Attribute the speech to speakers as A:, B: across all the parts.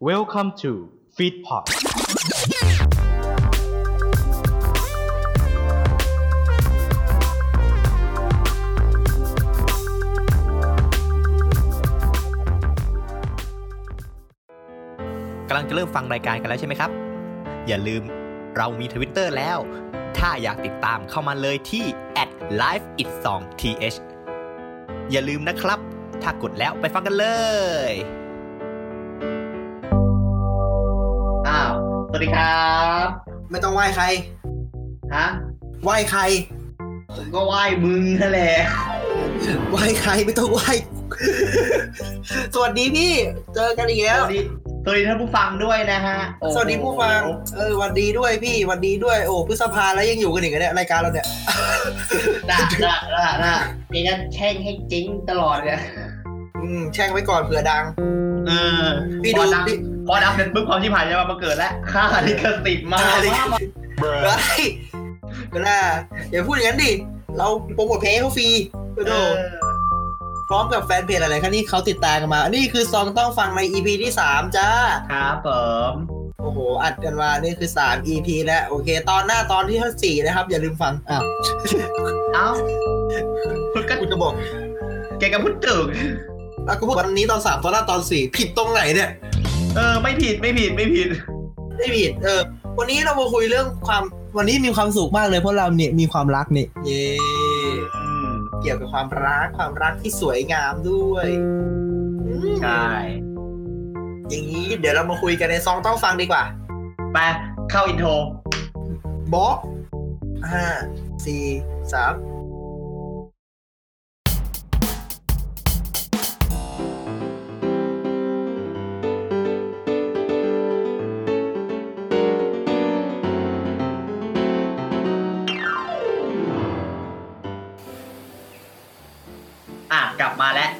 A: Welcome to Feedpot
B: กำลังจะเริ่มฟังรายการกันแล้วใช่ไหมครับ อย่าลืมเรามีทวิตเตอร์แล้ว ถ้าอยากติดตามเข้ามาเลยที่ @lifeit2th อย่าลืมนะครับ ถ้ากดแล้วไปฟังกันเลย
C: อ้าว สวัสดีครับ
D: ไม่ต้องไหว้ใคร
C: ฮะ
D: ไหว้ใคร
C: ผมก็ไหว้มึงนั่นแหละ
D: ไหว้ใครไม่ต้องไหว้ สวัสดีพี่ เจอกันอีก
C: ส
D: แล้ว
C: วัสดี สวัสดีท่านผู้ฟังด้วยนะฮะโอ้โห
D: สวัสดีผู้ฟัง เออหวันดีด้วยพี่หวันดีด้วย โอ้พฤษภาแล้วยังอยู่กันอีกเหรอเนี่ยรายการเราเนี่ย
C: ด่าด่าด่าด่าเดี๋ยวจะแช่งให้จริงตลอดเลย
D: อืมแช่งไว้ก่อนเผื่อดัง
C: เออ
D: พี่
C: พ
D: ดู
C: อดัง
D: พี่
C: พอดังเสร็จปุ๊บความที่ผ่านจะมาบังเกิดแล้ว ค่าลิขสิทธิ์มา
D: อ่าดิ
C: ก
D: เฮ้ยเวลาอย่าพูดอย่างนั้นดิ เราโปรโมทเพลงให้เขาฟรีไป
C: เอ
D: ดู
C: อ
D: พร้อมกับแฟนเพจอะไรคันนี่เขาติดตามกันมา นี่คือซองต้องฟังใน EP ที่สามจ้า
C: ครับผม
D: โอ้โห อัดกันมา นี่คือสาม EP แล้ว โอเค ตอนหน้าตอนที่สี่นะครับ อย่าลืมฟัง อ้าว
C: เอ้าคุณก็
D: กูจะบอก
C: แกก็พูดถึง
D: แล้วก็พูดวันนี้ตอนสามตอนหน้าตอนสี่ผิดตรงไหนเนี่ย
C: เออ ไม่ผิด ไม่ผิด ไม่ผิด
D: ไม่ผิด เออ วันนี้เรามาคุยเรื่องความ วันนี้มีความสุขมากเลยเพราะเราเนี่ยมีความรักนี่ เย่
C: อืม
D: เกี่ยวกับความรัก ความรักที่สวยงามด้วยอืม
C: ใช่
D: อย่างนี้เดี๋ยวเรามาคุยกันในซองต้องฟังดีกว่า
C: ไป เข้าอินโทร
D: บอห้าสี่สาม
C: อ่ะ กลับมาแล้ว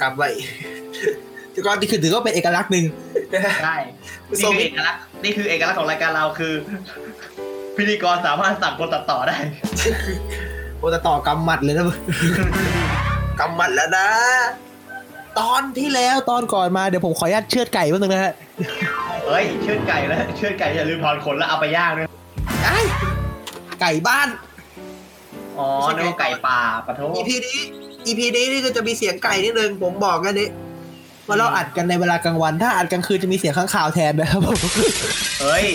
D: ก ลับไปแต่ก่อนที่คือถือว่าเป็นเอกลักษณ์หนึ่ง
C: ใช่นี่
D: ส่
C: คือ
D: ง
C: เอกลักษณ์นี่คือเอกลักษณ์ของรายการเราคือ พิธีกรสามารถสั่งคนตัดต่อได้
D: โอจะต่อกำหมัดเลยนะมึง กำหมัดแล้วนะ ตอนที่แล้วตอนก่อนมาเดี๋ยวผมขออนุญาตเชือดไก่แป๊บ้างนึงนะฮะ
C: เฮ้ย เชือดไก่แล้ว เชือดไก่อย่าลืมถอนขนแล้วเอาไปย่างด้วย
D: ไอ้ไก่บ้าน
C: อ๋อนึกว่าไก่ป่าปะโท
D: EP นี้ EP นี้นี่ก็จะมีเสียงไก่นิดนึงผมบอกกันนี้ว่าเราอัดกันในเวลากลางวัน ถ้าอัดกลางคืนจะมีเสียงข้างข่าวแทนนะครับผม
C: เฮ้ย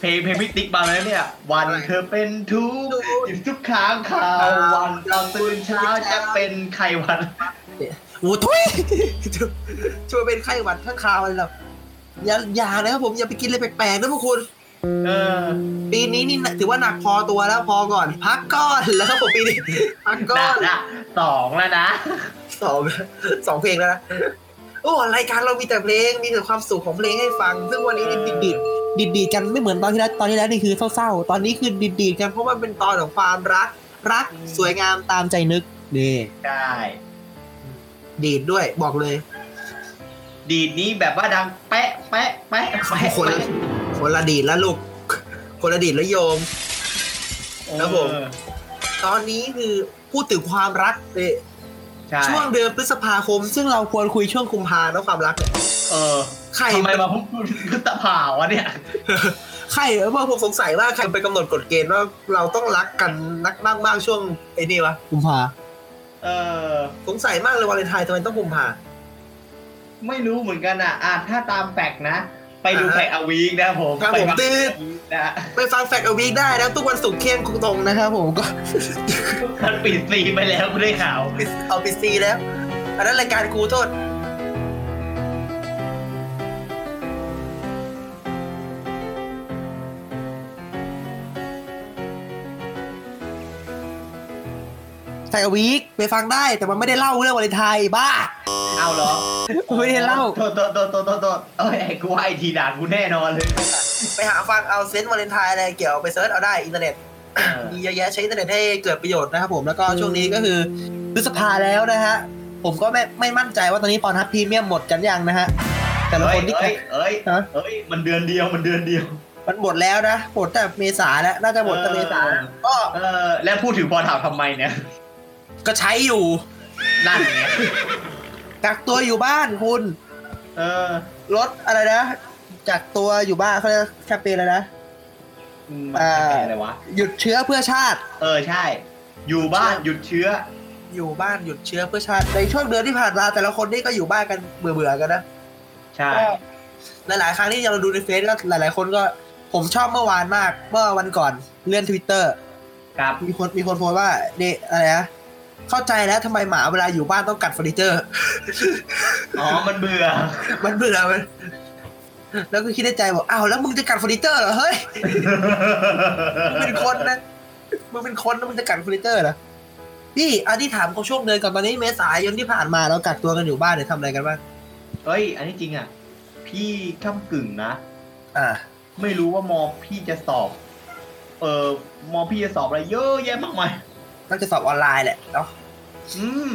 C: เพลงเพลงพิติกมาแล้วเนี่ย วัน
D: อะไร
C: เธอเป็นทุกข์จิตทุกครั้งข่ าววันเราตื่นเช้าจะเป็นไข่วัน
D: โอ้ทุยช่วยเป็นไข้หวัดข้างข่าวอะไรหรอกอย่าอย่านะครับผมอย่าไปกินอะไรแปลกๆนะพวกคุณ
C: เออ
D: ปีนี้นี่ถือว่าหนักพอตัวแล้วพอก่อน พักก่อนแล้วครับผมปีนี้พักก่อ
C: น่ะ
D: น
C: น่ะสองแล้วนะ
D: สอง สองเพลงแล้วนะ โอ้รายการเรามีแต่เพลงมีแต่ความสุขของเพลงให้ฟัง ซึ่งวันนี้นี่ดิดดิดดิดดิดกันไม่เหมือนตอนที่แล้วตอนที่แล้วนี่คือเศร้าๆ ตอนนี้คือดิดดิดกันเพราะว่าเป็นตอนของความรัก รักสวยงามตามใจนึกดี
C: ใช่
D: ดีดด้วยบอกเลย
C: ดีดนี้แบบว่าดังแปะแปะแปะแปะ
D: คนละคนละดีดแล้วลูก คนละดีดแล้วโยม ครับผม
C: เออ
D: ตอนนี้คือพูดถึงความรักเลย
C: ใช่
D: ช่วงเดือนพฤษภาคม ซึ่งเราควรคุยช่วงกุมภาแล้วความรักเนี่ย
C: เออ
D: ใคร
C: ทำไมมาพูด พุทธภาวะเนี่ย
D: ใครเออผมสงสัยว่าใครไปกำหนดกฎเกณฑ์ว่าเราต้องรักกันนักบ้างบ้างๆช่วงไอ้นี่วะกุมภา
C: เออ
D: สงสัยมากเลยวาเลนไทน์ทำไมต้องกุมภา
C: ไม่รู้เหมือนกันอ่ะอ่ะถ้าตามแฟกต์นะ ไปดู
D: อ่าฮะ
C: แฟกต์อวีกนะผม
D: ครับ
C: ไป
D: ผม
C: ฟัง
D: ตื้อ
C: นะ
D: ไปฟังแฟกต์เอาวีคได้นะทุกวันศุกร์เที่ยงตรงนะครับผม ก็
C: มันปิดซีไปแล้วไม่ได้ข่าว
D: เอาไปซีแล้ว อันนั้นรายการครูโทษ แฟกต์เอาวีคไปฟังได้แต่มันไม่ได้เล่าเรื่องวาเลนไทน์บ้า
C: เอาเหรอ
D: ไม่ได้เล่า
C: โทษโทษโทษโทษโทษโทษเอ้ยไอ้กูว่าไอทีด่ากูแน่นอนเลย
D: ไปหาฟังเอาเซนต์วาเลนไทน์อะไรเกี่ยวไปเซิร์ชเอาได้อินเทอร์เน็ต
C: เออ
D: มีเยอะแยะใช้อินเทอร์เน็ตให้เกิดประโยชน์นะครับผมแล้วก็ช่วงนี้ก็คือพฤษภาแล้วนะฮะ ผมก็ไม่ไม่มั่นใจว่าตอนนี้ปอนทับพรีเมียมหมดกันยังนะฮะ แต่ละ
C: เอ้
D: ค
C: ย
D: นที่
C: เอ้ยเอ้ย
D: ฮะ
C: เอ้ยมันเดือนเดียวมันเดือนเดียว
D: มันหมดแล้วนะหมดแต่เมษาแล้วน่าจะหมดแต่เมษาก็
C: เออ แล้วพูดถึงพอถามทำไมเนี่ย
D: ก็ใช้อยู่
C: นั่นไง
D: กักตัวอยู่บ้านคุณ
C: เออ
D: ลดอะไรนะ จากตัวอยู่บ้านเขาเรียกแคมเปญอะไรนะ
C: อืม
D: อ่า
C: อะไรวะ
D: หยุดเชื้อเพื่อชาติ
C: เออใช่ อยู่บ้านหยุดเชื้อ
D: อยู่บ้านหยุดเชื้อเพื่อชาติ ในช่วงเดือนที่ผ่านมาแต่ละคนนี่ก็อยู่บ้านกันเบื่อๆกันนะ
C: ใช่
D: หลายๆ ครั้งที่เราดูในเฟซก็หลาย ๆ คนก็ผมชอบเมื่อวานมากเมื่อวันก่อนเลื่อนทวิตเตอร์
C: ครับ
D: มีคนมีคนโพสต์ว่าเดอะไรนะเข้าใจแล้วทำไมหมาเวลาอยู่บ้านต้องกัดเฟอร์นิเจอร์
C: อ๋อ มันเบื่อ
D: มันเบื่อมันแล้วก็คิดในใจบอกอ้าวแล้วมึงจะกัดเฟอร์นิเจอร์เหรอเฮ้ยมึงเป็นคนนะมึงเป็นคนนะมึงจะกัดเฟอร์นิเจอร์เหรอพี่อันที่ถามเขาช่วงเดือนก่อนตอนนี้เมษายนที่ผ่านมาเรากักตัวกันอยู่บ้านเนี่ยทำอะไรกันบ้าง
C: เฮ้ย อันนี้จริงอ่ะ พี่ข้ากึ่งนะ
D: อ่า
C: ไม่รู้ว่ามอพี่จะสอบ เออมอพี่จะสอบอะไรเยอะแยะมากมาย
D: น่าจะสอบออนไลน์แหละเนาะ
C: อืม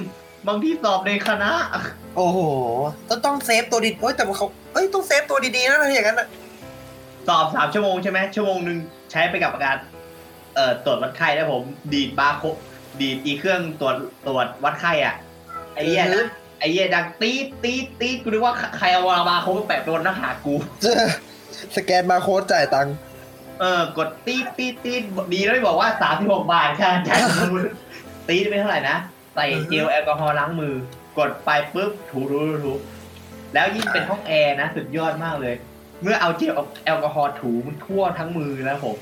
C: บางที่สอบในคณะ
D: โอ้โหต้องต้องเซฟตัวดีโอ้ยแต่ว่าเขาเอ้ยต้องเซฟตัวดีๆนะอะไรอย่างนั้นน่ะ
C: สอบสามชั่วโมงใช่ไหมชั่วโมงหนึ่งใช้ไปกับอาการเอ่อตรวจวัดไข้แล้วผม ดีดบาร์โคดดีดอีเครื่องตรวจตรวจวัดไข้อ่ะ ไอ้เหี้ย
D: อือฮึ
C: นะไอ้เหี้ยดังตีดตีดตีดกูนึกว่าใครเอาบาร์โคดแปะโดนหน้าผากกู
D: สแกนบาร์โค้ดจ่ายตังค์
C: เออกดตีดตีดตีดดีแล้วไม่บอกว่าสามสิบหกบาทค่ะ อาจารย์คุณตีดไปเท่าไหร่นะ ใส่เจลแอลกอฮอล์ล้างมือ กดไปปุ๊บถูถูถูถูแล้วยิ่งเป็นห้องแอร์นะ สุดยอดมากเลย เมื่อเอาเจลแอลกอฮอล์ถูมันทั่วทั้งมือนะผม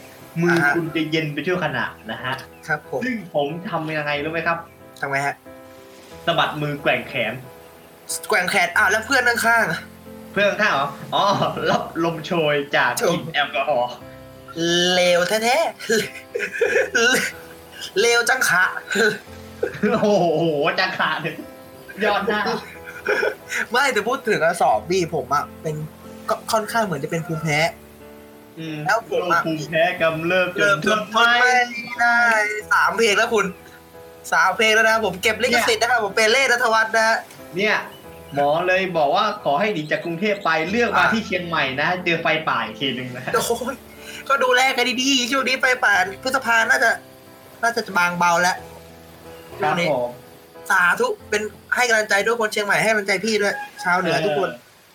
C: มือคุณจะเย็นไปชั่วขณะนะฮะ
D: ครับผม
C: ซึ่งผมทำยังไงรู้ไหมครับ
D: ทำไงฮะ
C: สะบัดมือแกว่งแขน
D: แกว่งแขนอ้าวแล้วเพื่อนข้างๆ
C: เพื่อนข้างๆเหรออ๋อรับลมโชยจากกลิ่นแอลกอฮอล์
D: เลวแท้ๆ เลวจังขะ
C: โอ้โหจังขาดเลยยอดหน้า
D: ไม่แต่พูดถึงอะสอบพี่ผมอะเป็นก็ค่อนข้างเหมือนจะเป็นภูมิแพ้
C: อืม
D: แล้วผม
C: โรค
D: อะ
C: ภูมิแพ้กำเริบจนทนไม่
D: ได้สามเพลงแล้วคุณสามเพลงแล้วนะ ผมเก็บลิขสิทธิ์นะครับผมเป็นเล่นัทวัฒน์นะ
C: เนี่ย หมอเลยบอกว่าขอให้หนีจากกรุงเทพไปเลือกมาที่เชียงใหม่นะ เจอไฟป่าอีกทีหนึ่งนะ
D: โอ้ยก็ดูแลกันดีๆช่วงนี้ไปป่านพฤษภาน่าจะ น่าจะบางเบาแล้ว
C: ค
D: ช่ว
C: รั
D: ง
C: บ
D: นี้
C: ผม
D: สาธุเป็นให้กำลังใจด้วยคนเชียงใหม่ให้กำลังใจพี่ด้วย ชาวเหนือทุกคน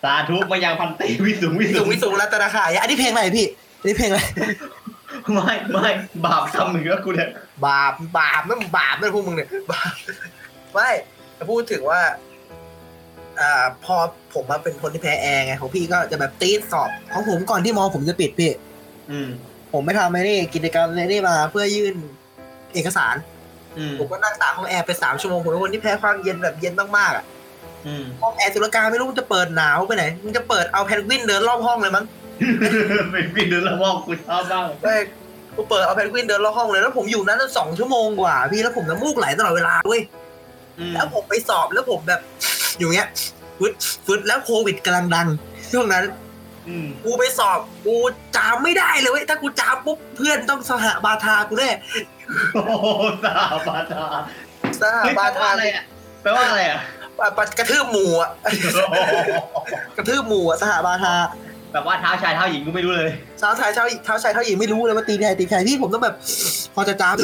C: สาธุมายังพันตรีวิสุงวิ
D: สู
C: สุ
D: ง
C: ง
D: วิสูงรัตนาขายอันนี้เพลงอะไรพี่อันนี้เพลงอะไร
C: ไม่ไม่บาปคำหนึ่งแล้วกูเนี่ย
D: บาปบาปนั่นบาปนั่นพวกมึงเนี่ยบาปไม่จะพูดถึงว่า อ่า พอผมมาเป็นคนที่แพ้แอร์ไงของพี่ก็จะแบบตีดสอบของผมก่อนที่มอผมจะปิดพี่
C: อืม
D: ผมไม่ทำไม่ได้กิจกรรมไม่ได้มาเพื่อยื่นเอกสาร
C: อืม
D: ผมก็นั่งตากห้องแอร์ไปสามชั่วโมงผมเป็นคนที่แพ้ความเย็นแบบเย็นมากๆอ่ะ
C: อืม
D: ห้องแอร์สุรการไม่รู้มันจะเปิดหนาวไปไหนมันจะเปิดเอาแพนกวินเดินรอบห้องเลยมั้ง
C: เป็นพี่เดินละม องกูชอบมาก
D: เว้ยกูเปิดเอาแพนกวินเดินรอบห้องเลยแล้วผมอยู่นั้นตั้งสองชั่วโมงกว่า พี่แล้วผมน้ำมูกไหลตลอดเวลาเว้ย
C: อืม
D: แล้วผมไปสอบแล้วผมแบบ อยู่เงี้ยฟึดฟึดแล้วโควิดกำลังดังช่วงนั้น
C: อืม
D: กูไปสอบกูจามไม่ได้เลยเว้ยถ้ากูจามปุ๊บเพื่อนต้องสหบาทากูแน่
C: โอ้โหสาบาทา
D: สห
C: เฮ้ยแปล
D: บาทา
C: ว่าอะไรอ่ะแปลว่าอะไรอ่ะ
D: ปะปะกระทืบหมู่อะ
C: โอ้โห
D: กระทืบหมู่อะสหบาทา
C: แบบว่าเท้าชายเท้าหญิงกูไม่รู้เลย
D: สาวชายเท้าเท้าชายเท้าหญิงไม่รู้เลยว่าตีใครตีใครพี่ผมต้องแบบ พอจะจาม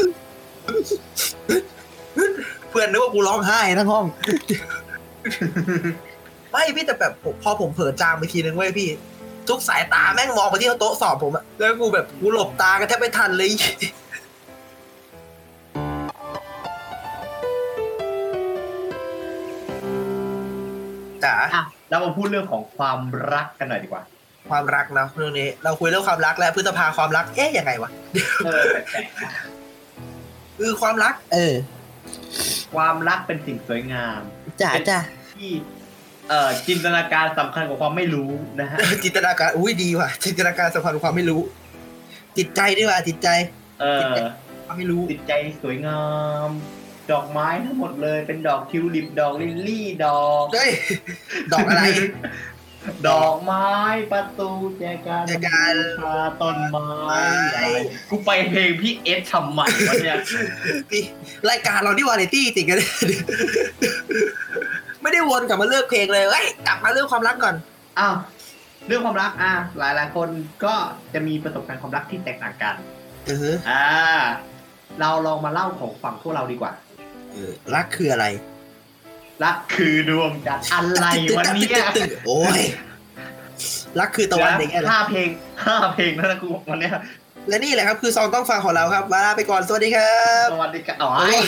D: เพื่อนนึกว่ากูร้องไห้ทั้งห้อง ไม่พี่แต่แบบผมพอผมเผลอจามไปทีนึงเว้ยพี่ ทุกสายตาแม่งมองไปที่โต๊ะสอบผมอะแล้วกูแบบกูหลบตากันแทบไม่ทันเลย จ๋า
C: อ่ะเรามาพูดเรื่องของความรักกันหน่อยดีกว่า
D: ความรักเนาะเรื่องนี้ เราคุยเรื่องความรักแล้วพฤษภาความรักเอ๊ะยังไงวะ
C: เออแปลกๆนะ
D: คือความรัก เออ
C: ความรักเป็นสิ่งสวยงาม
D: จ๋าจ้ะ
C: ที่ เอ่อจินตนาการสำคัญกว่าความไม่รู้นะฮะ
D: จินตนาการอุ้ยดีว่ะจินตนาการสำคัญกว่าความไม่รู้ จิตใจดีกว่าจิตใจ
C: เออ
D: ความไม่รู้
C: จิตใจสวยงาม ดอกไม้ทั้งหมดเลย เป็นดอกทิวลิปดอกลิลลี่ดอก
D: เฮ้ยดอกอะไร
C: ดอกไม้ประตูแจกัน
D: แจกัน
C: บูชาต้นไม้
D: ไม้
C: กูไปเพลงพี่เอสทำใหม่วะเนี่ย
D: พี่รายการเราที่วาไรตี้จริงกัน ไม่ได้วนกลับมาเลือกเพลงเลยเอ้ยกลับมาเรื่องความรักก่อน
C: อ้าวเรื่องความรักอ่ะหลายหลายๆคนก็จะมีประสบการณ์ความรักที่แตกต่างกัน
D: เออ
C: อ่า เราลองมาเล่าของฝั่งพวกเราดีกว่า
D: เออรักคืออะไร
C: รักคือดวงจันทร์อะไรวะเนี่ย
D: โอ้ย รักคือตะวันอย่างเงี้ยเหรอ
C: ห้าเพลงห้าเพลงแล้วนะกูวันเนี้ย
D: และนี่แหละครับคือซองต้องฟังของเราครับลาไปก่อนสวัสดีครับ
C: สวัสดีกันอ๋อ
D: โอ้ย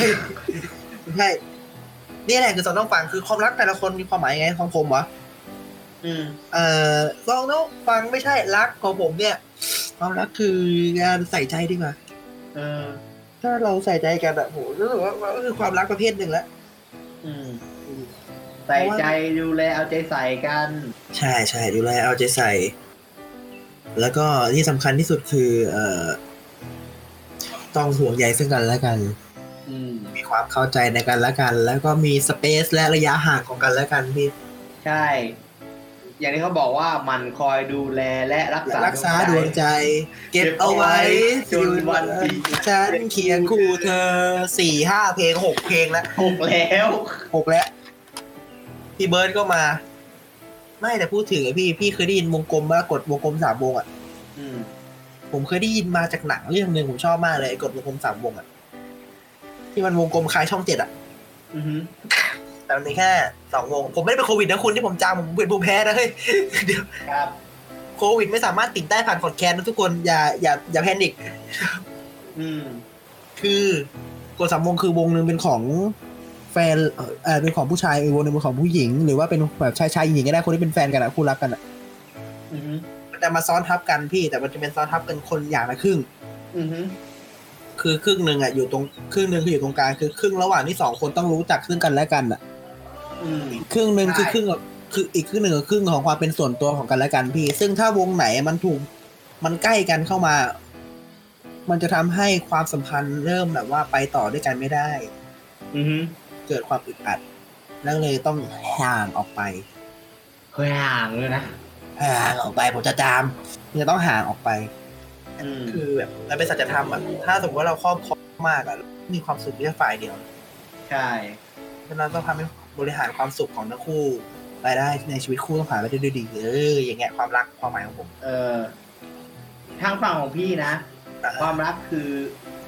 D: ใช่นี่แหละคือซองต้องฟังคือความรักแต่ละคนมีความหมายยังไงของผมวะ
C: อืม
D: เอ่อซองต้องฟังไม่ใช่รักของผมเนี่ย ความรักคืองานใส่ใจดีกว่า
C: เออ
D: ถ้าเราใส่ใจกันอะโหรู้สึกว่ามันก็คือความรักประเภทหนึ่งละ
C: อืมใส่ใจดูแลเอาใจใส่กัน
D: ใช่ใช่ดูแลเอาใจใส่ แล้วก็ที่สำคัญที่สุดคือ เอ่อ ต้องห่วงใยซึ่งกันและกัน
C: อืม
D: มีความเข้าใจในกันและกัน แล้วก็มีสเปซและระยะห่างของกันและกันพี่
C: ใช่ อย่างที่เขาบอกว่าหมันคอยดูแลและรักษา
D: รักษาดวงใจ เก็บเอาไว้จนวันที่ฉันเคียงคู่เธอสี่ห้าเพลงหกเพลงแล้ว
C: ถูกแล้ว
D: หกแล้วพี่เบิร์ดก็มา ไม่แต่พูดถึงไอ้พี่พี่เคยได้ยินวงกลมว่ากดวงกลมสามวงอ่ะ
C: อืม
D: ผมเคยได้ยินมาจากหนังเรื่องหนึ่งผมชอบมากเลยไอ้กดวงกลมสามวงอ่ะที่มันวงกลมคล้ายช่องเจ็ดอ่ะ
C: อือหือ
D: แต่มันมีแค่สองวง ผมไม่ได้เป็นโควิดนะคุณที่ผมจามผมเป็นภูมิแพ้นะเฮ้ย
C: ครับ
D: โควิดไม่สามารถติดได้ผ่านพอดแคสต์นะทุกคนอย่าอย่าอย่าแพนิค
C: อืม
D: คือกดสามวงคือวงหนึ่งเป็นของแฟนเอ่อเอ่อเป็นของผู้ชายอีกวงหนึ่งเป็นของผู้หญิง หรือว่าเป็นแบบชายชายหญิงหญิงก็ได้คนที่เป็นแฟนกันอะคู่รักกันอะ
C: อือหือ
D: มันจะมาซ้อนทับกันพี่ แต่มันจะเป็นซ้อนทับกันคนอย่างละครึ่ง
C: อือหือ
D: คือครึ่งหนึ่งอะอยู่ตรงครึ่งหนึ่งคืออยู่ตรงกลางคือครึ่งระหว่างที่สองคนต้องรู้จักซึ่งกันและกันอะ
C: อืม
D: ครึ่งหนึ่งคือ
C: ใช่
D: ครึ่งกับคืออีกครึ่งหนึ่งคือครึ่งของความเป็นส่วนตัวของกันและกันพี่ ซึ่งถ้าวงไหนมันถูกมันใกล้กันเข้ามา มันจะทำให้ความสัมพันธ์เริ่มแบบว่าไปต่อด้วยกันไม่ได้
C: อือหือ
D: เกิดความอึดอัด แล้วเลยต้องห่างออกไป
C: เฮ้ยห่างเลยนะ
D: ห่างออกไปผมจะตามมันจะต้องห่างออกไป
C: อืม
D: คือแบบมันเป็นสัจธรรมอ่ะถ้าสมมติว่าเราครอบครองมากอ่ะมีความสุขแค่ฝ่ายเดียว
C: ใช่
D: ฉะนั้นต้องทำให้บริหารความสุขของทั้งคู่ไปได้ในชีวิตคู่ต้องผ่านไปได้ด้วยดีเอออย่างเงี้ยความรักความหมายของผม
C: เออทางฝั่งของพี่นะ
D: อ่ะ
C: ความรักคือ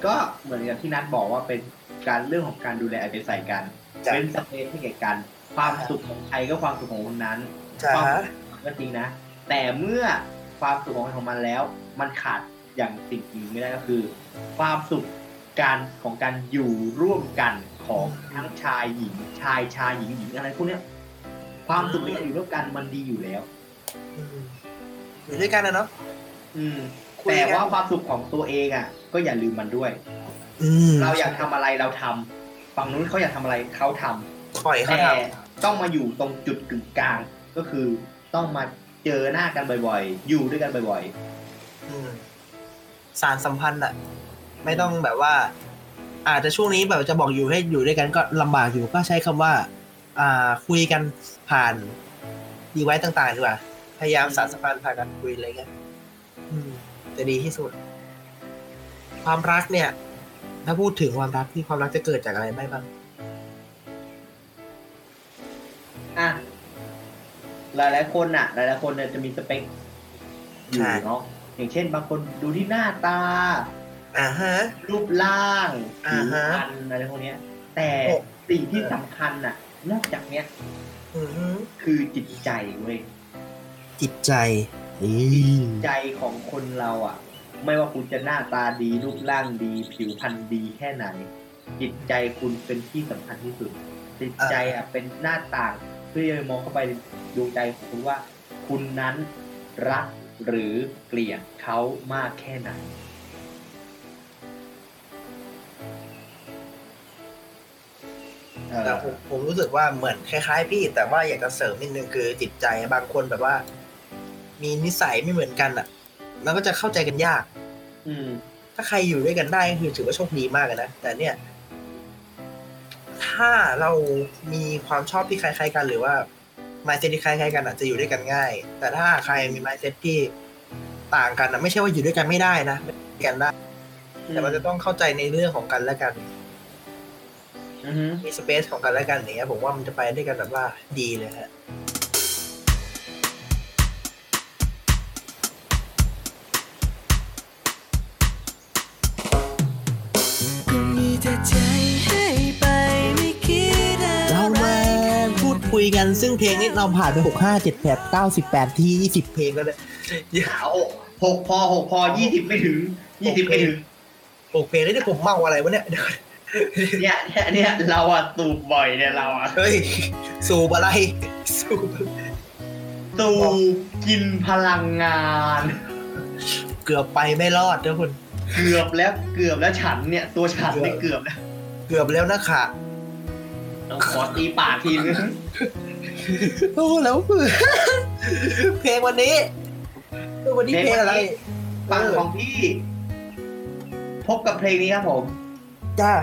C: ก็เหมือนกับที่นัทบอกว่าเป็นการเรื่องของการดูแลเอาใจใส่กัน
D: จ้ะ
C: เป็นสเปซที่แก่กัน ความสุขของใครก็ความสุขของคนนั้น
D: จ้ะ
C: ความสุขก็จริงนะ แต่เมื่อความสุขของของมันแล้ว มันขาดอย่างสิ่งอื่นไม่ได้ก็คือ ความสุขการของการอยู่ร่วมกันของทั้งชายหญิง ชายชายหญิงหญิงอะไรพวกเนี้ยความสุขในการอยู่ร่วมกันมันดีอยู่แล้ว
D: อืมอยู่ด้วยกันนะเนาะ
C: อืม
D: คุย
C: แต่
D: กัน
C: ว่าความสุขของตัวเองอ่ะ ก็อย่าลืมมันด้วย
D: อืม
C: เราอยากทำอะไรเราทำฝั่งนู้นเขาอยากทำอะไรเขาทำ
D: ปล่อยเขา
C: แต่
D: ท
C: ต้องมาอยู่ตรงจุดกึ่งกลาง ก็คือต้องมาเจอหน้ากันบ่อยๆ อยู่ด้วยกันบ่อย
D: ำอืมสารสัมพันธ์อ่ะ ไม่ต้องแบบว่า อาจจะช่วงนี้แบบจะบอกอยู่ให้อยู่ด้วยกันก็ลำบากอยู่ก็ใช้คำว่า อ่าคุยกันผ่านดีไว้ต่างๆดีกว่าพยายามสารสัมพันธ์ผ่านการคุยอะไรเงี้ยอืมจะดีที่สุด ความรักเนี่ย ถ้าพูดถึงความรักที่ความรักจะเกิดจากอะไรได้บ้าง
C: ๆ อ่ะ หลายๆคนอ่ะ หลายๆคนเนี่ยจะมีสเปคอยู่เนาะ อย่างเช่นบางคนดูที่หน้าตา
D: อ่าฮะ
C: รูปร่างผิ
D: อ่าว
C: พร
D: ฮะ
C: รณอะไรพวกเนี้ย แต่
D: โอ้
C: สิ่งที่สำคัญอ่ะ นอกจากเนี้ย
D: อือฮึ
C: คือจิตใจเว้ย
D: จิตใจอืม
C: ใจของคนเราอ่ะ ไม่ว่าคุณจะหน้าตาดีรูปร่างดี ผิวพรรณดีแค่ไหน จิตใจคุณเป็นที่สำคัญที่สุด จิตใจอ่ะเป็นหน้าต่างเพื่อจะมองเข้าไปดูใจของคุณว่า คุณนั้นรักหรือเกลียดเขามากแค่ไหน เออ
D: แต่ผมผมรู้สึกว่าเหมือนคล้ายๆพี่ แต่ว่าอยากจะเสริมนิดนึงคือจิตใจบางคนแบบว่า มีนิสัยไม่เหมือนกันอ่ะ มันก็จะเข้าใจกันยาก
C: อืม
D: ถ้าใครอยู่ด้วยกันได้ก็คือถือว่าโชคดีมากเลยนะ แต่เนี่ย ถ้าเรามีความชอบที่คล้ายๆกัน หรือว่า mindset ที่คล้ายๆกันอาจจะอยู่ด้วยกันง่าย แต่ถ้าใครมี mindset ที่ต่างกันนะไม่ใช่ว่าอยู่ด้วยกันไม่ได้นะอยู่ด้วยกันได้แต่มันจะต้องเข้าใจในเรื่องของกันและกัน
C: อือฮึ
D: มี space ของกันและกันอย่างเงี้ยผมว่ามันจะไปด้วยกันแบบว่าดีเลยฮะ
E: ก็มีแต่ใจให้ไปไม่คิดอะไร
D: พูดคุย คุยกันซึ่งเพลงนี้เราผ่านไปหกห้าเจ็ดแปดเก้าสิบแปดที่ยี่สิบเพลงแล้วเนี่ย
C: เอาหกพอหกพอยี่สิบไม่ถึงยี่สิบไม่ถึง
D: หกเพลงนี่เนี่ยผมเมาอะไรวะเนี่ยเดี๋ยวก่อน
C: เนี่ยเนี่ยเนี่ยเราอะสูบบ่อยเนี่ยเราอะ
D: เฮ้ยสูบอะไรสูบ
C: สูบกินพลังงาน
D: เกือบไปไม่รอดนะคุณ
C: เกือบแล้วเกือบแล้วฉันเนี่ย ตัวฉันเนี่ยเกือบแล้ว
D: เกือบแล้วนะค่ะ
C: ต้องขอตีปากทีนึง
D: โอ้แล้ว เพลงวันนี้เออวันนี้เพลงอะไร
C: ฟังของพี่ พบกับเพลงนี้ครับผม
D: จ้า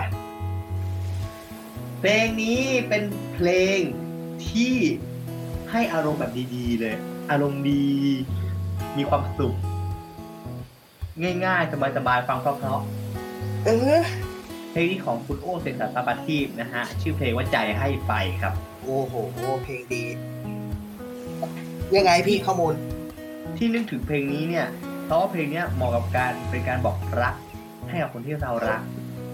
C: เพลงนี้เป็นเพลงที่ให้อารมณ์แบบดีๆ เลย อารมณ์ดี มีความสุข ง่ายๆ สบายๆ ฟังเพราะ
D: เออ
C: ๆเพลงนี้ของคุณโอเซนสัตตาปาทีพนะฮะ ชื่อเพลงว่าใจให้ไปครับ
D: โอ้โหเพลงดี ยังไงพี่ข้อมูล
C: ที่นึกถึงเพลงนี้เนี่ย เพราะว่าเพลงเนี้ยเหมาะกับการเป็นการบอกรัก ให้กับคนที่เรารัก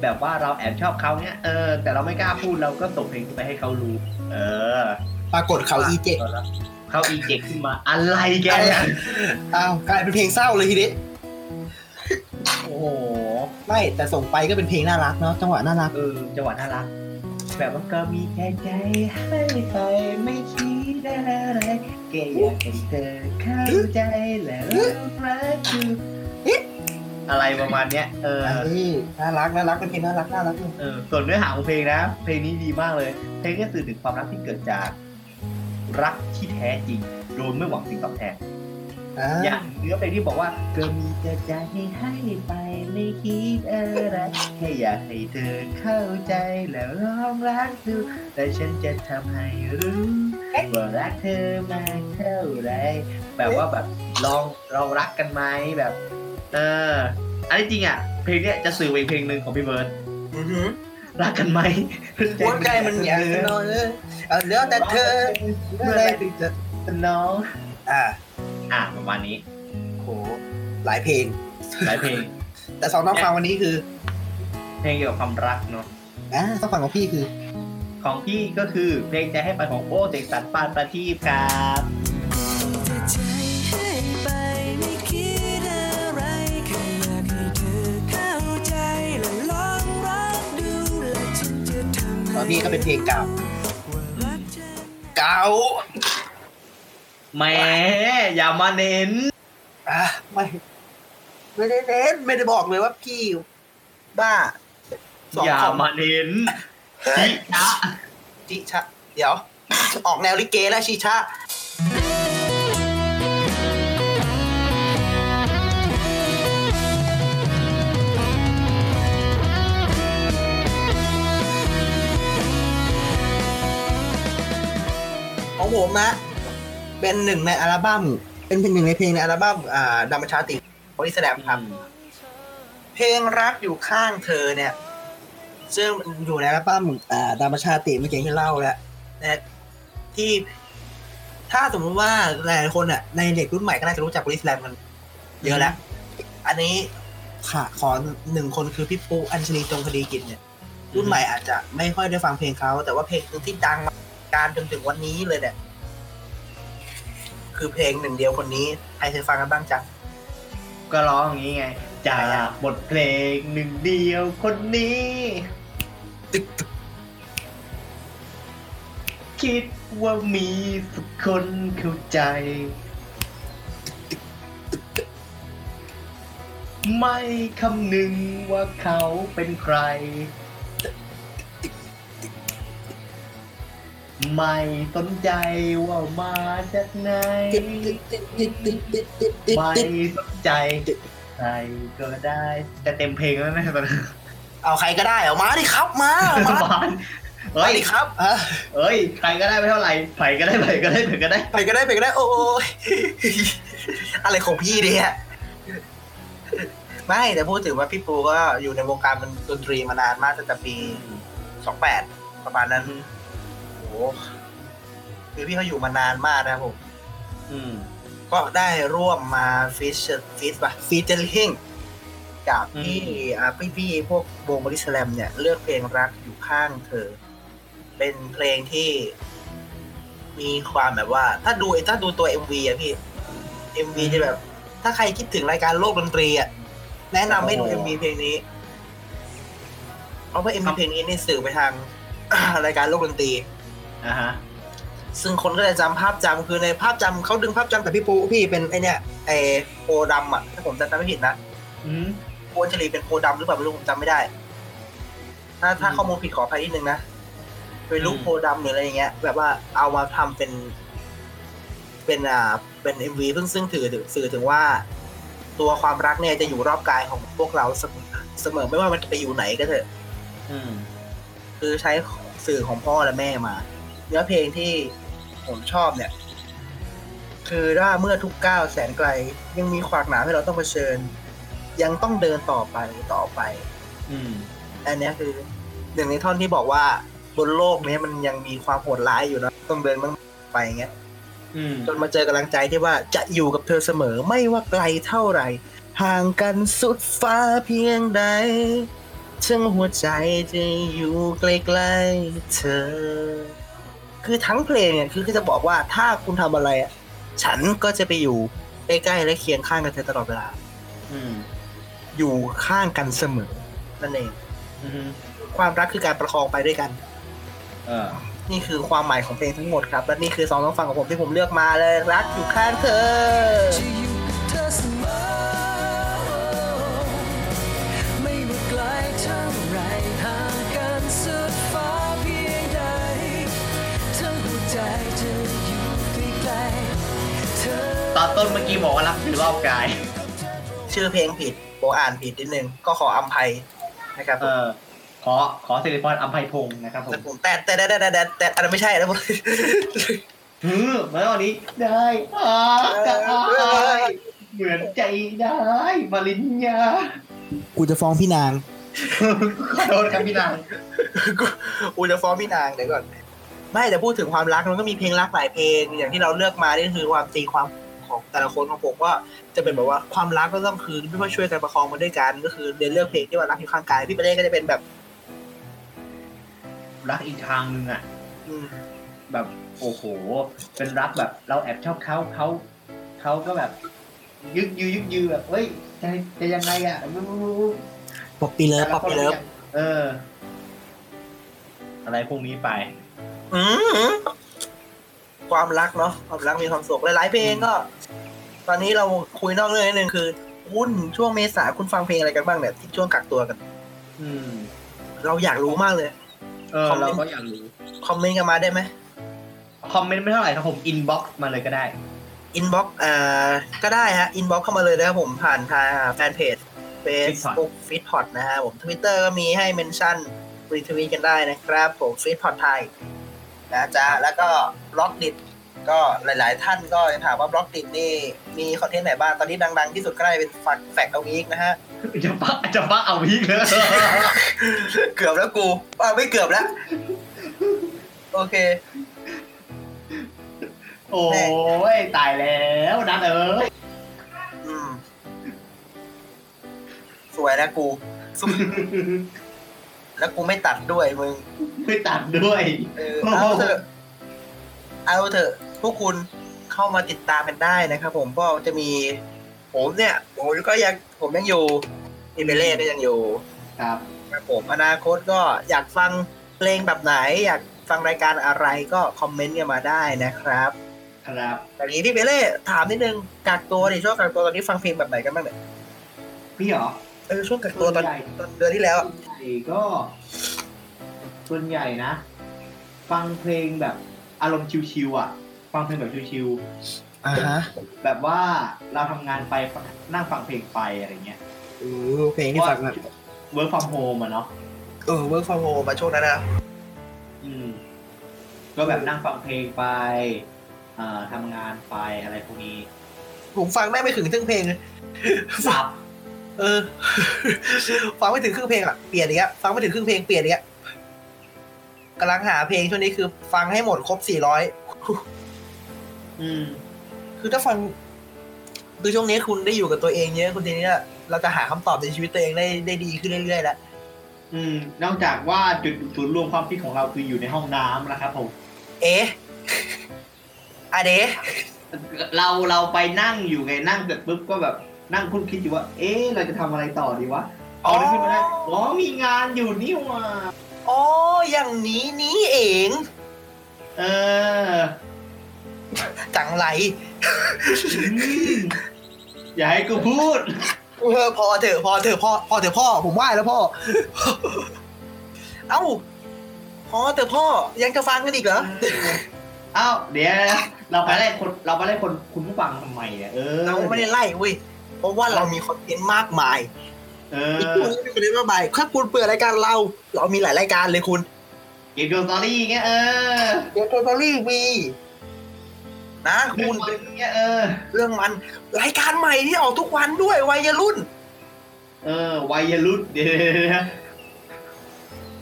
C: แบบว่าเราแอบชอบเขาเนี่ยเออ แต่เราไม่กล้าพูดเราก็ส่งเพลงนี้ไปให้เขารู้ เออ
D: ปรากฏเขาอีเจ
C: เขาอีเจกขึ้นมาอะไรแกเนี่ย
D: อ้าวกลายเป็นเพลงเศร้าเลยทีนี้
C: โอ้โห
D: ไม่แต่ส่งไปก็เป็นเพลงน่ารักเนาะจังหวะน่ารัก
C: เออจังหวะน่ารัก แบบว่าก็มีแค่ใจให้ไปไม่คิดอะไรแค่อยากให้เธอเข้าใจและรักคือ
D: เอ๊ะ
C: อะไรประมาณเนี้ยเออ
D: เอ้ยน่ารักน่ารักเป็นเพลงน่ารักน่ารัก
C: เออส่วนเนื้อหาของเพลงนะ เพลงนี้ดีมากเลย เพลงนี้สื่อถึงความรักที่เกิดจาก รักที่แท้จริง โดยไม่หวังสิ่งตอบแทน
D: อ่า
C: อย่างเนื้อเพลงที่บอกว่าก็มีแต่ใจให้ไปไม่คิดอะไรแค่อยากให้เธอเข้าใจแล้วลองรักดูแต่ฉันจะทำให้รู้ว่ารักเธอมากเท่าไรแบบว่าแบบลองลองรักกันไหมแบบ เออ อันนี้จริงอ่ะ เพลงเนี้ยจะสื่อไปเพลงหนึ่งของพี่เบิร์ดรักกันไหม
D: หัวใจมันอยากจะนอนเออเหลือแต่เธอเมื่อไหรถึงจะ
C: น้อง
D: อ่า
C: อ่ะประมาณนี้
D: โหหลายเพลง
C: หลายเพล ง
D: แต่สองน้องฟังวันนี้คือ
C: เพลงเกี่ยวกับความรักเนาะ
D: อ่าต้องฟังของพี่คือ
C: ของพี่ก็คือเพลงใจให้ไปของโอเด็กสันปานประทีปครับ
E: แต่ใจให้ไปไม่คิดอะไรแค่อยากให้เธอเข้าใจและลองรักดูและฉันจะ
D: ต
E: ทำให้
D: อนนี้ก็เป็นเพลงเก่า
E: รักเธอ
D: เก่า
C: แห มอย่ามาเน้น
D: อ่ะไม่ไม่ได้เน้นไม่ได้บอกเลยว่าพี่บ้าสอง
C: อย่า
D: คำ
C: มาเน้น
D: ชิชะชิชะ เดี๋ยว ออกแนวลิเกแล้วชิชะ ของผมนะ เป็นหนึ่งในอัลบั้ม เป็นเพลงหนึ่งในเพลงในอัลบั้ม อ่าดัมมชาติบริสแลมครับ เพลงรักอยู่ข้างเธอเนี่ย ซึ่งอยู่ในอัลบั้มอ่าดามชาติเมื่อกี้ที่เล่าแล้วนะที่ถ้าสมมติว่าหลายๆคนอ่ะ ในเด็กรุ่นใหม่ก็น่าจะรู้จักบริสแลมกัน เยอะแล้ว อันนี้ค่ะขอหนึ่งคนคือพี่ปูอัญชลีจงคดีกิจเนี่ย รุ่นใหม่อาจจะไม่ค่อยได้ฟังเพลงเขา แต่ว่าเพลงที่ดังมาการจนถึงวันนี้เลยเนี่ยคือเพลงหนึ่งเดียวคนนี้ใครเคยฟังกันบ้างจ๊ะ
C: ก็ร้องอย่างนี้ไง จากบทเพลงหนึ่งเดียวคนนี้ คิดว่ามีสักคนเข้าใจ ไม่คำนึงว่าเขาเป็นใคร ไม่สนใจว่ามาจากไหน ไม่สนใจใครก็ได้จะเต็มเพลงแล้วนะตอนนั้น
D: เอาใครก็ได้เอามาดิครับมามา
C: บ้านเฮ้
D: มาย ดิครับเออ
C: เอ้ย ใครก็ได้ไม่เท่าไหร่ไผ่ก็ได้ไผ่ก็ได้ไผ่ก็ได้
D: ไปก็ได้ไปก็ได้ โอ้ย อะไรของพี่เนี่ยไม่แต่พูดถึงว่าพี่ปูก็อยู่ในวงการมันดนตรีมานานมากตั้งแต่ปีสองแปดประมาณนั้นโอ้โหคือพี่เขาอยู่มานานมากนะครับผม
C: อืม
D: ก็ได้ร่วมมาฟิชฟิชป่ะฟีเจอริงกับพี่
C: อืม
D: อ่าพี่พี่พวกวงบริสแลมเนี่ย เลือกเพลงรักอยู่ข้างเธอ เป็นเพลงที่ มีความแบบว่า ถ้าดูถ้าดูตัว MV อะพี่ MV จะแบบ ถ้าใครคิดถึงรายการโลกดนตรีอะแนะนำให้ดู
C: โอ้โห
D: MV เพลงนี้ เพราะว่า MV เพลงนี้เนี่ยสื่อไปทาง รายการโลกดนตรี
C: อ่าฮะ
D: ซึ่งคนก็จะจำภาพจำคือในภาพจำเขาดึงภาพจำจากพี่ปูพี่เป็นไอเนี่ยไอโพดำอ่ะถ้าผมจำไม่ผิดนะ
C: อืม
D: โพชลีเป็นโพดำหรือเปล่าไม่รู้ผมจำไม่ได้ ถ้าถ้าข้อมูลผิดขออภัยนิดนึงนะเป็นลูก
C: อืม
D: โพดำหรืออะไรอย่างเงี้ย แบบว่าเอามาทำเป็น เป็นอ่าเป็นเอ็มวีเพิ่งซึ่งถือถึงสื่อถึงว่า ตัวความรักเนี่ยจะอยู่รอบกายของพวกเราเสมอเสมอไม่ว่ามันจะไปอยู่ไหนก็เถอะ
C: อืม
D: คือใช้สื่อของพ่อและแม่มา เนื้อเพลงที่ผมชอบเนี่ย คือว่าเมื่อทุกก้าวแสนไกล ยังมีขวากหนามให้เราต้องเผชิญ ยังต้องเดินต่อไปต่อไป
C: อืม
D: อันเนี้ยคือหนึ่งในท่อนที่บอกว่าบนโลกเนี้ยมันยังมีความโหดร้ายอยู่นะต้องเดินมันไปอย่างเงี้ย
C: อืม
D: จนมาเจอกำลังใจที่ว่าจะอยู่กับเธอเสมอไม่ว่าไกลเท่าไหร่ ห่างกันสุดฟ้าเพียงใดซึ่งหัวใจจะอยู่ใกล้ๆเธอ คือทั้งเพลงเนี่ยคือจะบอกว่าถ้าคุณทำอะไรอะฉันก็จะไปอยู่ใกล้ๆและเคียงข้างกับเธอตลอดเวลา
C: อืม
D: อยู่ข้างกันเสมอนั่นเอง
C: อืม
D: ความรักคือการประคองไปด้วยกัน
C: เออ
D: นี่คือความหมายของเพลงทั้งหมดครับ และนี่คือสองต้องฟังของผมที่ผมเลือกมาเลย รักอยู่ข้างเธอ
E: จะอยู่กับเธอเสมอ ไม่ว่าไกลเท่าไรห่างกันสุดฟ้าเพียงใดทั้งหัวใจจะอยู่ใกล้ๆเธอ
C: ตอนต้นเมื่อกี้บอกว่ารักหรือรอบกาย
D: ชื่อเพลงผิดโบอ่านผิดนิดนึง ก็ขออภัยนะครับ
C: เออขอขอสิริพรอัมภัยพงศ์นะครับผ
D: แต่
C: ม
D: ผมแต่แต่แต่แต่แต่แต่อันนั้นไม่ใช่ แล้วผม
C: หือมาตอนนี้ได้อาได้ เหมือนใจได้มาลินยา
D: กูจะฟ้องพี่นาง
C: ขอโทษครับพี่นาง
D: กูจะฟ้องพี่นางเดี๋ยวก่อน ไม่แต่พูดถึงความรักมันก็มีเพลงรักหลายเพลง อย่างที่เราเลือกมานี่คือความตีความของแต่ละคนของผมว่าจะเป็นแบบว่าความรักก็ต้องคือไม่ว่าช่วยกันประคองมันด้วยกัน ก็คือเรียนเลือกเพลงที่ว่ารักอยู่ข้างกายพี่ประเดชก็จะเป็นแบบ
C: รักอีกทางหนึงอ่ะ
D: อืม
C: แบบโอ้โห เป็นรักแบบเราแอบชอบเขาเขาเขาก็แบบ ยึกยือยึกยือแบบเฮ้ยจะจะยังไงอ่ะวู้วู้วู้วู้
D: ป๊อปปี้เลิฟป๊อปปี้เลิฟ
C: เออ อะไรพวกนี้ไป
D: อืมความรักเนาะความรักมีความสุขหลายๆเพลงก็ ตอนนี้เราคุยนอกเรื่องนิดนึงคือคุณช่วงเมษาคุณฟังเพลงอะไรกันบ้างเนี่ยที่ช่วงกักตัวกัน
C: อืม
D: เราอยากรู้มากเลย
C: เออ เราก็อยากรู้
D: คอมเมนต์กันมาได้ไหม
C: คอมเมนต์ไม่เท่าไหร่ครับผมอินบ็อกซ์มาเลยก็ได้
D: อินบ็อกเอ่อก็ได้ฮะอินบ็อกเข้ามาเลยนะครับผมผ่านทางแฟนเพจเฟซบุ๊กฟีดพอดนะฮะผมทวิตเตอร์ก็มีให้เมนชั่นรีทวีตกันได้นะครับ ผมฟีดพอดไทยนะจ๊ะแล้วก็บล็อกดิก็หลาย ๆ ท่านก็จะถามว่าบล็อกดินี่มีคอนเทนต์ไหนบ้างตอนนี้ดัง ๆ ที่สุดก็ได้เป็นฝักแฟกเอาวีกนะฮะ
C: จะปะจะปะเอาพีกเลย
D: เกือบแล้วกูอ่ะไม่เกือบแล้ว โอเค
C: โอ้ย ตายแล้วนัดเอ้ย
D: อืม สวยนะกูสวยแล้วกูไม่ตัดด้วยมึง
C: ไม่ตัดด้วย
D: เออเอาเถอะ เอาเถอะ พวกคุณเข้ามาติดตามกันได้นะครับผมก็จะมี ผมเนี่ยผมก็ยังผมยังอยู่อิเมเล่ก็ยังอยู่
C: ครับ
D: ครับผมอนาคตก็อยากฟังเพลงแบบไหน อยากฟังรายการอะไรก็คอมเมนต์กันมาได้นะครับ
C: ครับ
D: แต่นี้พี่เบเล่ถามนิดนึงกักตัวในช่วงกักตัวตอนนี้ฟังเพลงแบบไหนกันบ้างเนี่ย
C: พี่เหรอ
D: เออช่วงกักตัวตอน
C: ส่วนใหญ่
D: ตอนเดือนที่แล้วอะ
C: ส่วนใหญ่ก็ ส่วนใหญ่นะ ฟังเพลงแบบอารมณ์ชิวๆอ่ะ ฟังเพลงแบบชิว
D: อ่าฮะ
C: ๆแบบว่าเราทำงานไปนั่งฟังเพลงไปอะไรเงี้ย
D: โอ้เพลงที่ฟังแบบ
C: เวิร์กฟอร์มโฮมอ่ะเนาะ
D: เออ work from home มาช่วงนั้นนะ
C: อืม ก็แบบนั่งฟังเพลงไปอ่าทำงานไปอะไรพวกนี้
D: ผมฟังแม่งไม่ถึงครึ่งเพลงเลย
C: ห ลับ
D: เออ ฟังไม่ถึงครึ่งเพลงอ่ะเปลี่ยนอีกอ่ะฟังไม่ถึงครึ่งเพลงเปลี่ยนอีกอ่ะกำลังหาเพลงช่วงนี้คือฟังให้หมดครบ 400
C: อืม
D: คือถ้าฟัง คือช่วงนี้คุณได้อยู่กับตัวเองเยอะคุณทีนี้เราจะหาคำตอบในชีวิตตัวเองได้ได้ดีขึ้นเรื่อยๆแล้ว
C: อืม นอกจากว่าจุดศูนย์รวมความคิดของเราคืออยู่ในห้องน้ำนะครับผม
D: เอ๊ะ อะเด
C: เราเราไปนั่งอยู่ไงนั่งเสร็จปุ๊บก็แบบนั่งคุ้นคิดอยู่ว่า เอ๊ะเราจะทำอะไรต่อดีวะเอาได้ขึ้นมาได้อ๋อมีงานอยู่นี่หว่า
D: อ๋ออย่างนี้นี้เอง
C: เออ
D: จังไร
C: อืมอย่าให้กูพูด
D: เออพอเถอะพอเถอะพ่อพอเถอะพ่อผมไหว่าแล้วพ่อ เอ้าพอเถอะพ่อยังจะฟังกันอีกเหรอ
C: เอ้าเดี๋ยวนะเราไปไล่คนเราไปไล่คนคุณผู้ฟังทำไมเนี่ยเออ
D: เราไม่ได้ไล่เว้ย เพราะว่าเรามีคอนเทนต์มากมาย
C: เอ
D: อีก
C: อ
D: คุณมีคอนเทนต์มากมายถ้าคุณเปิดรายการเรา เรามีหลายรายการเลยคุณ
C: เกมโดนสตอรี่อย่างเงี้ยเออ
D: เดอะตอรี่วีนะ
C: คุ
D: คุณ ณ
C: เงี้ยเออ
D: เรื่องมัน รายการใหม่ที่ออกทุกวันด้วยวัยรุ่น
C: เออวัยรุ่น เดี๋ยวนะ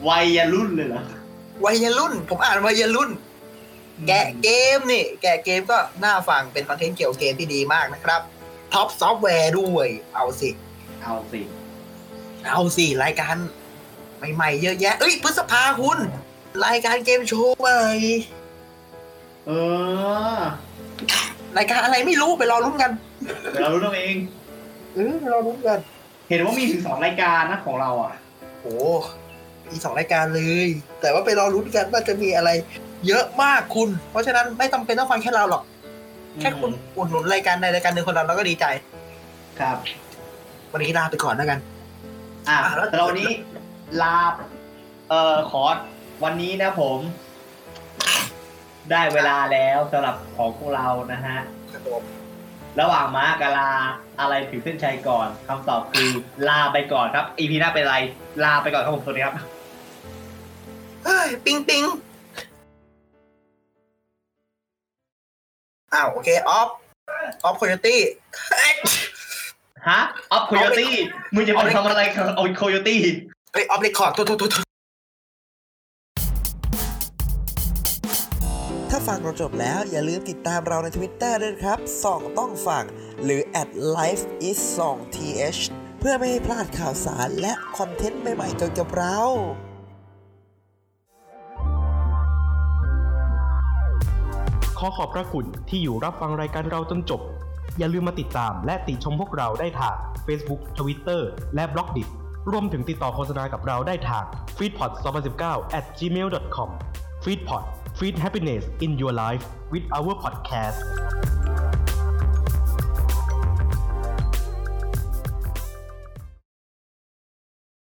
C: วัยรุ่นเลยเหรอ
D: วัยรุ่น ผมอ่านวัยรุ่น แกะเกมนี่ แกะเกมก็น่าฟังเป็นคอนเทนต์เกี่ยวกับเกมที่ดีมากนะครับท็อปซอฟต์แวร์ด้วย เอาสิ
C: เอาสิ
D: เอาสิ รายการใหม่ๆเยอะแยะ เอ้ยพฤษภาคุณ รายการเกมโชว์ใหม่
C: เออ
D: รายการอะไรไม่รู้ไปรอรุ้นกัน
C: เดี๋ยวเรารู้ตัวเอง
D: เออไปรอรุ้นกัน
C: เห็นว่ามีถึงสองรายการนะของเราอ่ะ
D: โอ้มีสองรายการเลย แต่ว่าไปรอรุ้นกันว่าจะมีอะไร เยอะมากคุณ เพราะฉะนั้นไม่จำเป็นต้องฟังแค่เราหรอก แค่คุณอุดหนุนรายการในรายการหนึ่งคนเราเราก็ดีใจ
C: ครับ
D: วันนี้ลาไปก่อนแล้วกัน
C: อ่ะ
D: อ่ะแล้ว
C: เราวันนี้ลา เอ่อ ขอวันนี้นะผม ได้เวลาแล้วสำหรับของพวกเรานะฮะ
D: ครับผม
C: ระหว่างม้ากับลาอะไรถึงเส้นชัยก่อนคำตอบคือลาไปก่อนครับ อีพีหน้าเป็นไร ลาไปก่อนครับผมสวัสดีครับ
D: เฮ้ยปิ๊งปิ๊งอ้าวโอเคออฟออฟคุณตี้
C: ฮะออฟโคโยตี้มึงจะมาทำอะไรกับโคโยตี้
D: เอ้ยออฟเรคคอร์ดตัวตัวตัวตัวถ้าฟังเราจบแล้วอย่าลืมติดตามเราใน Twitter ด้วยนะครับส่องต้องฟัง หรือ at life is 2 th เพื่อไม่ให้พลาดข่าวสารและคอนเทนต์ใหม่ๆเกี่ยวกับเรา
A: ขอขอบพระคุณที่อยู่รับฟังรายการเราจนจบ อย่าลืมมาติดตามและติชมพวกเราได้ทาง Facebook Twitter และ b ล็อกดิรวมถึงติดต่อโฆษณากับเราได้ทาง f e e d p o d 2019 at gmail.com f e e d p o d Feed happiness in your life with our podcast